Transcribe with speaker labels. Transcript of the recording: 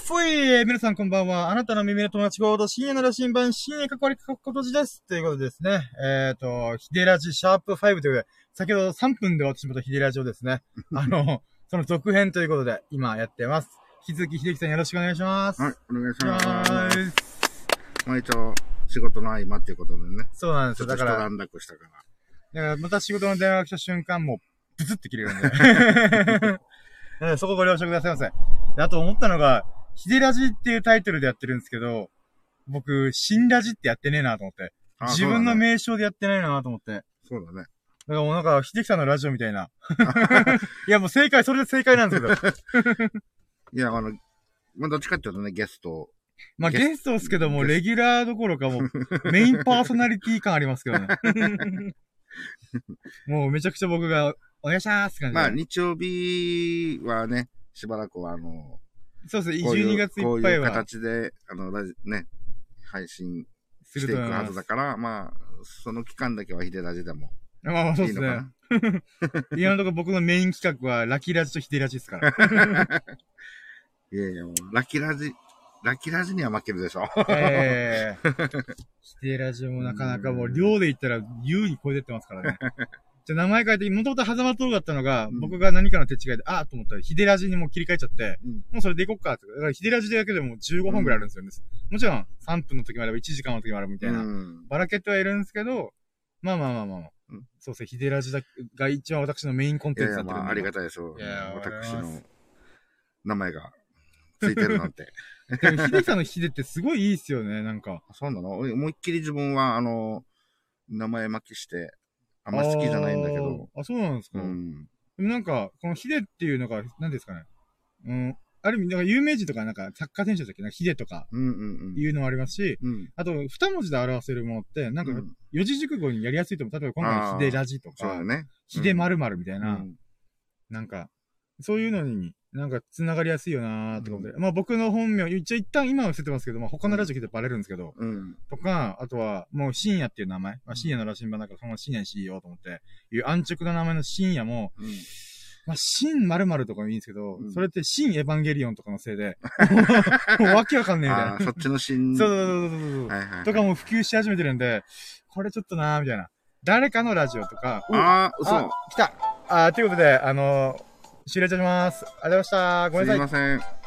Speaker 1: ふい皆さんこんばんは。あなたの耳の友達ゴールド深夜の羅針盤、深夜関わり書くことじです。ということでですね。えっ、と、ヒデラジシャープ5ということで、先ほど3分で終わってしまったヒデラジをですね、あの、その続編ということで、今やってます。引き続き秀樹さんよろしくお願いします。
Speaker 2: はい、お願いし
Speaker 1: お願いし
Speaker 2: ま。
Speaker 1: ますす。
Speaker 2: まあ一応、仕事の合間っていうことでね。
Speaker 1: そうなんです
Speaker 2: ちょ
Speaker 1: よ。
Speaker 2: っ
Speaker 1: だか
Speaker 2: と一
Speaker 1: ら、だか
Speaker 2: 段落したから。
Speaker 1: らまた仕事の電話が来た瞬間、もう、ブツって切れるん で。なのでそこご了承くださいませ。であと思ったのが、ヒデラジっていうタイトルでやってるんですけど、僕、新ラジってやってねえなと思って。
Speaker 2: あ
Speaker 1: 自分の
Speaker 2: そうだね
Speaker 1: 名称でやってないなと思って。だか
Speaker 2: そうだね。
Speaker 1: らもうなんか、秀樹さんのラジオみたい な。いや、もう正解、それで正解なんですけど。
Speaker 2: いや、あの、まあどっちかっていうとね、ゲストを
Speaker 1: まあ、
Speaker 2: ゲス
Speaker 1: ゲストですけども、
Speaker 2: ゲス
Speaker 1: レギュラーどころかもう、メインパーソナリティ感ありますけ どね。もうめちゃくちゃ僕が、お願いしますって感じで。
Speaker 2: まあ日曜日はね、しばらくはあの、
Speaker 1: そうですね、
Speaker 2: こうい
Speaker 1: 12
Speaker 2: う
Speaker 1: 月
Speaker 2: こ
Speaker 1: いうっぱ
Speaker 2: い
Speaker 1: いうは
Speaker 2: 形で、あの、ラジね、配信
Speaker 1: する
Speaker 2: してい
Speaker 1: と
Speaker 2: く
Speaker 1: 思い
Speaker 2: は
Speaker 1: ま
Speaker 2: ず
Speaker 1: す
Speaker 2: だ。から、まあ、その期間だけはヒデラジでも
Speaker 1: まあまあそうで
Speaker 2: いい
Speaker 1: す
Speaker 2: のか
Speaker 1: ね。
Speaker 2: な。
Speaker 1: 今のところ僕のメイン企画は、ラキラジとヒデラジです から。
Speaker 2: いやいや、もうラキラジ、ラキラジには負けるでしょ。
Speaker 1: ええヒデラジもなかなかもう、量で言ったら優に超えてってますからね。じゃあ名前変えて、もともと狭間トークだったのが、
Speaker 2: うん
Speaker 1: 僕が何かの手違いで、ああと思ったら、ヒデラジにもう切り替えちゃって、
Speaker 2: うん
Speaker 1: もうそれでいこっかって。だからヒデラジだけでもう15本ぐらいあるんですよね。もちろん、3分の時もあれば、1時間の時もあるみたいな。
Speaker 2: うん
Speaker 1: ばらけてはいるんですけど、まあまあまあまあまあ。
Speaker 2: うん
Speaker 1: そうですね、ヒデラジだが一番私のメインコン
Speaker 2: い
Speaker 1: テン
Speaker 2: やい
Speaker 1: ツだっ
Speaker 2: や、
Speaker 1: て
Speaker 2: ま
Speaker 1: るん
Speaker 2: あ、
Speaker 1: で。
Speaker 2: ありがたいですよ。
Speaker 1: いやありがとうご
Speaker 2: 私
Speaker 1: ざいます
Speaker 2: の名前がついてるなんて。
Speaker 1: でも、ヒデさんのヒデってすごいいいっすよね、なんか。
Speaker 2: そうなの俺思いっきり自分は、あの、名前巻きして、 あんま好きじゃないんだけど。
Speaker 1: あー。あ、そうなんです
Speaker 2: う
Speaker 1: か。
Speaker 2: ん。
Speaker 1: でもなんか、このヒデっていうのが、何ですかね。うん。ある意味、なんか有名人とか、なんかサッカー選手だっけなんかヒデとか
Speaker 2: うんうん
Speaker 1: いうのもありますし、
Speaker 2: うん。うん。
Speaker 1: あと、二文字で表せるものって、なんか
Speaker 2: う、ん
Speaker 1: 四字熟語にやりやすいと思う。例えば、今回ヒデラジと
Speaker 2: そうだ
Speaker 1: か、
Speaker 2: ね。
Speaker 1: ヒデ〇〇みたいうな、
Speaker 2: ん。
Speaker 1: なんか、そういうのに、なんか、繋がりやすいよなーってことで。まあ、僕の本名、一応一旦今は伏せてますけど、まあ、他のラジオ聞いてバレるんですけど、
Speaker 2: うん。
Speaker 1: とか、あとは、もう深夜っていう名前、まあ、深夜の羅針盤だから、その深夜にしようと思って、いう安直な名前の深夜も、
Speaker 2: うん
Speaker 1: まあ、新〇〇とかもいいんですけど、
Speaker 2: うん
Speaker 1: それって新エヴァンゲリオンとかのせいで、 もうわけわかんねえみたい
Speaker 2: あ
Speaker 1: な
Speaker 2: あ、。そっちの 心。
Speaker 1: そうそうそうそうそう。
Speaker 2: はいはい。
Speaker 1: とかもう普及し始めてるんで、これちょっとなーみたいな。誰かのラジオとか、うわ
Speaker 2: ああ、嘘。
Speaker 1: 来たあー、ということで、あのー、終了いたします。ありがとうございました。ごめん
Speaker 2: す
Speaker 1: ないさい。
Speaker 2: ません。